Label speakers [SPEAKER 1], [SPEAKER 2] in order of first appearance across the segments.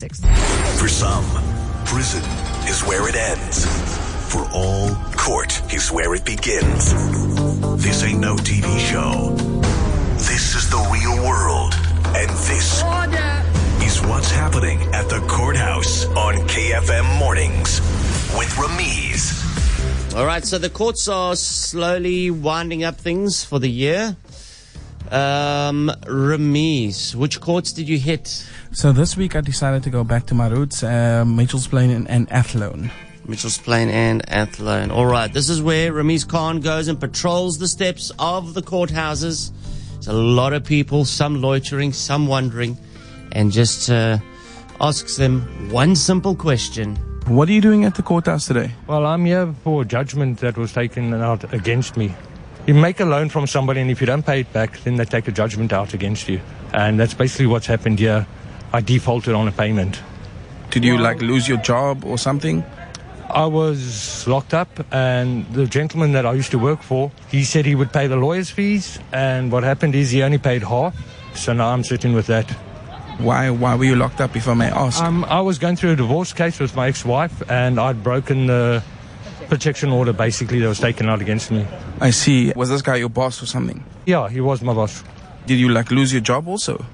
[SPEAKER 1] Six.
[SPEAKER 2] For some, prison is where it ends. For all, court is where it begins. This ain't no TV show. This is the real world. And this is what's happening at the courthouse on KFM Mornings with Ramiz.
[SPEAKER 3] All right, so the courts are slowly winding up things for the year. Um, Ramiz, which courts did you hit?
[SPEAKER 4] So this week I decided to go back to my roots, uh, Mitchell's Plain and, and Athlone.
[SPEAKER 3] Mitchell's Plain and Athlone. All right, this is where Ramiz Khan goes and patrols the steps of the courthouses. It's a lot of people, some loitering, some wandering, and just uh, asks them one simple question.
[SPEAKER 4] What are you doing at the courthouse today?
[SPEAKER 5] Well, I'm here for a judgment that was taken out against me. You make a loan from somebody, and if you don't pay it back, then they take a judgment out against you. And that's basically what's happened here. I defaulted on a payment.
[SPEAKER 4] Did you like lose your job or something?
[SPEAKER 5] I was locked up, and the gentleman that I used to work for, he said he would pay the lawyer's fees. And what happened is he only paid half. So now I'm sitting with that.
[SPEAKER 4] Why why were you locked up if I may ask?
[SPEAKER 5] Um, I was going through a divorce case with my ex wife, and I'd broken the protection order basically that was taken out against me.
[SPEAKER 4] I see. Was this guy your boss or something?
[SPEAKER 5] Yeah, he was my boss.
[SPEAKER 4] Did you like lose your job also?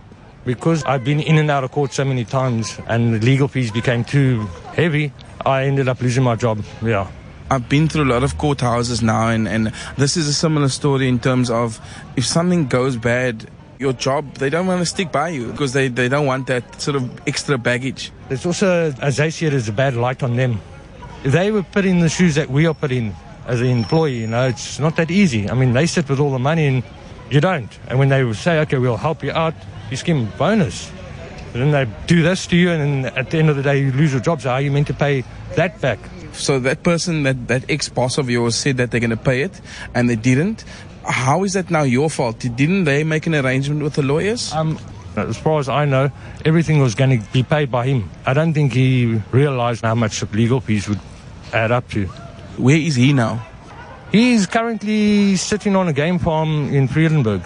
[SPEAKER 5] Because I've been in and out of court so many times and the legal fees became too heavy, I ended up losing my job. Yeah.
[SPEAKER 4] I've been through a lot of courthouses now and, and this is a similar story in terms of if something goes bad your job they don't want to stick by you because they, they don't want that sort of extra baggage.
[SPEAKER 5] It's also, as they see it, as a bad light on them. If they were put in the shoes that we are put in as an employee, you know, it's not that easy. I mean, they sit with all the money and you don't. And when they say, okay, we'll help you out, you skim bonus. And then they do this to you, and then at the end of the day, you lose your job. So, how are you meant to pay that back?
[SPEAKER 4] So that person that, that ex boss of yours said that they're gonna pay it and they didn't. How is that now your fault? Didn't they make an arrangement with the lawyers?
[SPEAKER 5] Um, as far as I know, everything was going to be paid by him. I don't think he realized how much the legal fees would add up to.
[SPEAKER 4] Where is he now?
[SPEAKER 5] He's currently sitting on a game farm in Friedenberg.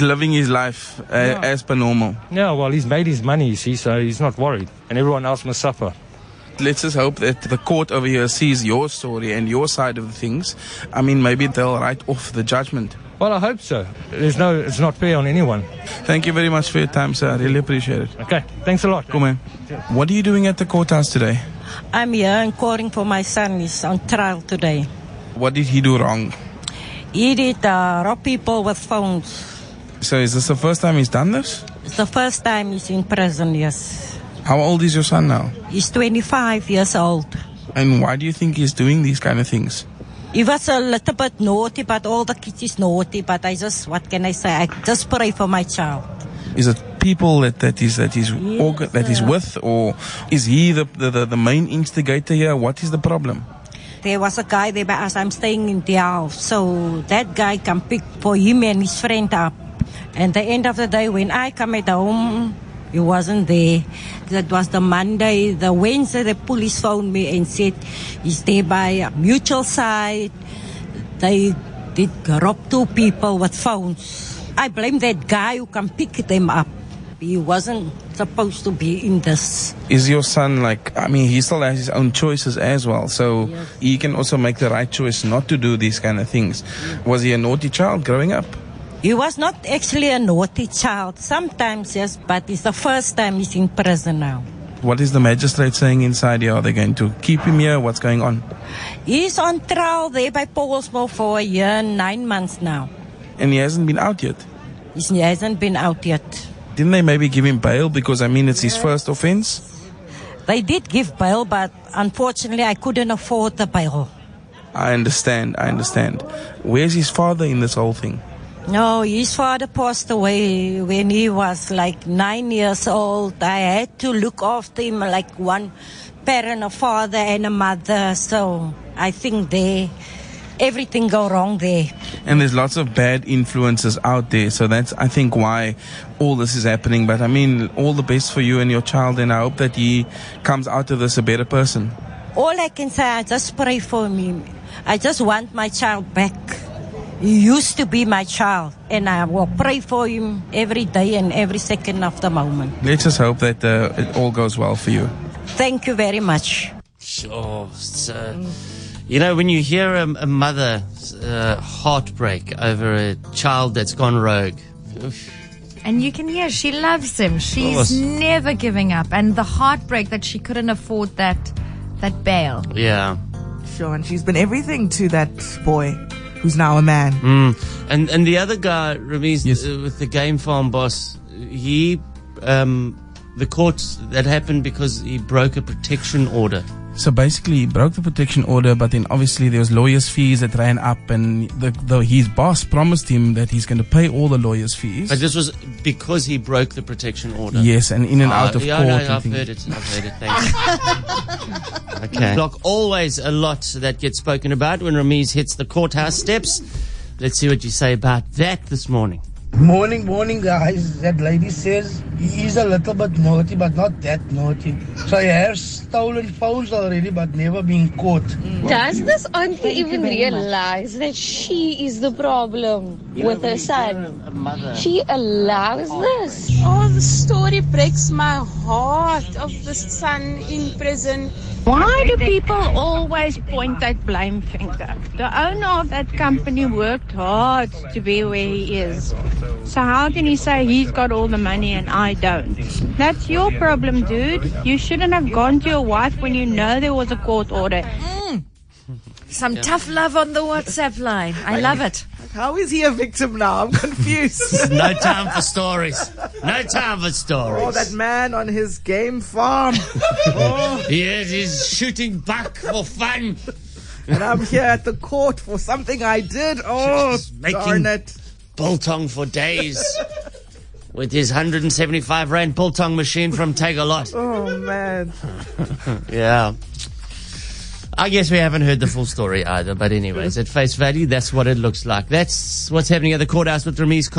[SPEAKER 4] Living his life uh, as per normal.
[SPEAKER 5] Yeah, well, he's made his money, you see, so he's not worried. And everyone else must suffer.
[SPEAKER 4] Let's just hope that the court over here sees your story and your side of the things. I mean, maybe they'll write off the judgment.
[SPEAKER 5] Well, I hope so. There's no, it's not fair on anyone.
[SPEAKER 4] Thank you very much for your time, sir. I really appreciate it.
[SPEAKER 5] Okay, thanks a lot.
[SPEAKER 4] Come on. What are you doing at the courthouse today?
[SPEAKER 6] I'm here and calling for my son. He's on trial today.
[SPEAKER 4] What did he do wrong?
[SPEAKER 6] He did uh, rob people with phones.
[SPEAKER 4] So, is this the first time he's done this?
[SPEAKER 6] It's the first time he's in prison, yes.
[SPEAKER 4] How old is your son now?
[SPEAKER 6] He's 25 years old.
[SPEAKER 4] And why do you think he's doing these kind of things?
[SPEAKER 6] He was a little bit naughty, but all the kids is naughty. But I just, what can I say? I just pray for my child.
[SPEAKER 4] Is it people that, that is that is orga- that is with, or is he the, the, the, the main instigator here? What is the problem?
[SPEAKER 6] There was a guy there by us. I'm staying in the house. So that guy can pick for him and his friend up. And the end of the day, when I come at home, he wasn't there. That was the Monday. The Wednesday, the police phoned me and said he's there by a mutual side. They did rob two people with phones. I blame that guy who can pick them up. He wasn't supposed to be in this.
[SPEAKER 4] Is your son like? I mean, he still has his own choices as well, so he can also make the right choice not to do these kind of things. Was he a naughty child growing up?
[SPEAKER 6] He was not actually a naughty child. Sometimes, yes, but it's the first time he's in prison now.
[SPEAKER 4] What is the magistrate saying inside here? Are they going to keep him here? What's going on?
[SPEAKER 6] He's on trial there by Paulsmo for a year and nine months now.
[SPEAKER 4] And he hasn't been out yet.
[SPEAKER 6] He's- He hasn't been out yet.
[SPEAKER 4] Didn't they maybe give him bail because I mean it's his first offense?
[SPEAKER 6] They did give bail, but unfortunately, I couldn't afford the bail.
[SPEAKER 4] I understand, I understand. Where's his father in this whole thing?
[SPEAKER 6] No, his father passed away when he was like nine years old. I had to look after him like one parent, a father and a mother. So I think they, everything go wrong there.
[SPEAKER 4] And there's lots of bad influences out there, so that's I think why all this is happening. But I mean, all the best for you and your child, and I hope that he comes out of this a better person.
[SPEAKER 6] All I can say, I just pray for him. I just want my child back. He used to be my child, and I will pray for him every day and every second of the moment.
[SPEAKER 4] Let's just hope that uh, it all goes well for you.
[SPEAKER 6] Thank you very much.
[SPEAKER 3] Sure. It's, uh, you know, when you hear a, a mother's uh, heartbreak over a child that's gone rogue, oof,
[SPEAKER 1] And you can hear she loves him.
[SPEAKER 3] course.
[SPEAKER 1] She's never giving up. And the heartbreak that she couldn't afford that that bail.
[SPEAKER 3] yeah.
[SPEAKER 7] Sure, and she's been everything to that boy who's now a man.
[SPEAKER 3] Mm. And and the other guy, Ramiz,
[SPEAKER 4] Yes.
[SPEAKER 3] uh, with the game farm boss, he, um, the courts that happened because he broke a protection order.
[SPEAKER 4] So basically, he broke the protection order, but then obviously there was lawyers' fees that ran up, and the, the, his boss promised him that he's going to pay all the lawyers' fees.
[SPEAKER 3] But this was because he broke the protection order.
[SPEAKER 4] yes, and in and
[SPEAKER 3] Ah,
[SPEAKER 4] out of
[SPEAKER 3] yeah,
[SPEAKER 4] court.
[SPEAKER 3] no,
[SPEAKER 4] and
[SPEAKER 3] I've
[SPEAKER 4] things.
[SPEAKER 3] heard it. I've heard it. Thanks. okay. Block always a lot that gets spoken about when Ramiz hits the courthouse steps. Let's see what you say about that this morning.
[SPEAKER 8] Morning, morning, guys. That lady says he is a little bit naughty, but not that naughty. So he has stolen phones already, but never been caught.
[SPEAKER 9] Does this auntie even realize that she is the problem with her son? She allows this.
[SPEAKER 10] Oh, the story breaks my heart of the son in prison.
[SPEAKER 11] Why do people always point that blame finger? The owner of that company worked hard to be where he is. So how can you say he's got all the money and I don't? That's your problem, dude. You shouldn't have gone to your wife when you know there was a court order.
[SPEAKER 1] Some tough love on the WhatsApp line. I love it.
[SPEAKER 7] How is he a victim now? I'm confused.
[SPEAKER 3] No time for stories. No time for stories.
[SPEAKER 7] oh, that man on his game farm. Oh,
[SPEAKER 3] Yes, he's shooting buck for fun.
[SPEAKER 7] and I'm here at the court for something I did. Oh,
[SPEAKER 3] Just making-
[SPEAKER 7] darn it.
[SPEAKER 3] Biltong for days. With his 175 rand biltong machine from Tagalot.
[SPEAKER 7] Oh, man.
[SPEAKER 3] Yeah. I guess we haven't heard the full story either, but anyways, at face value, that's what it looks like. That's what's happening at the courthouse with Ramiz.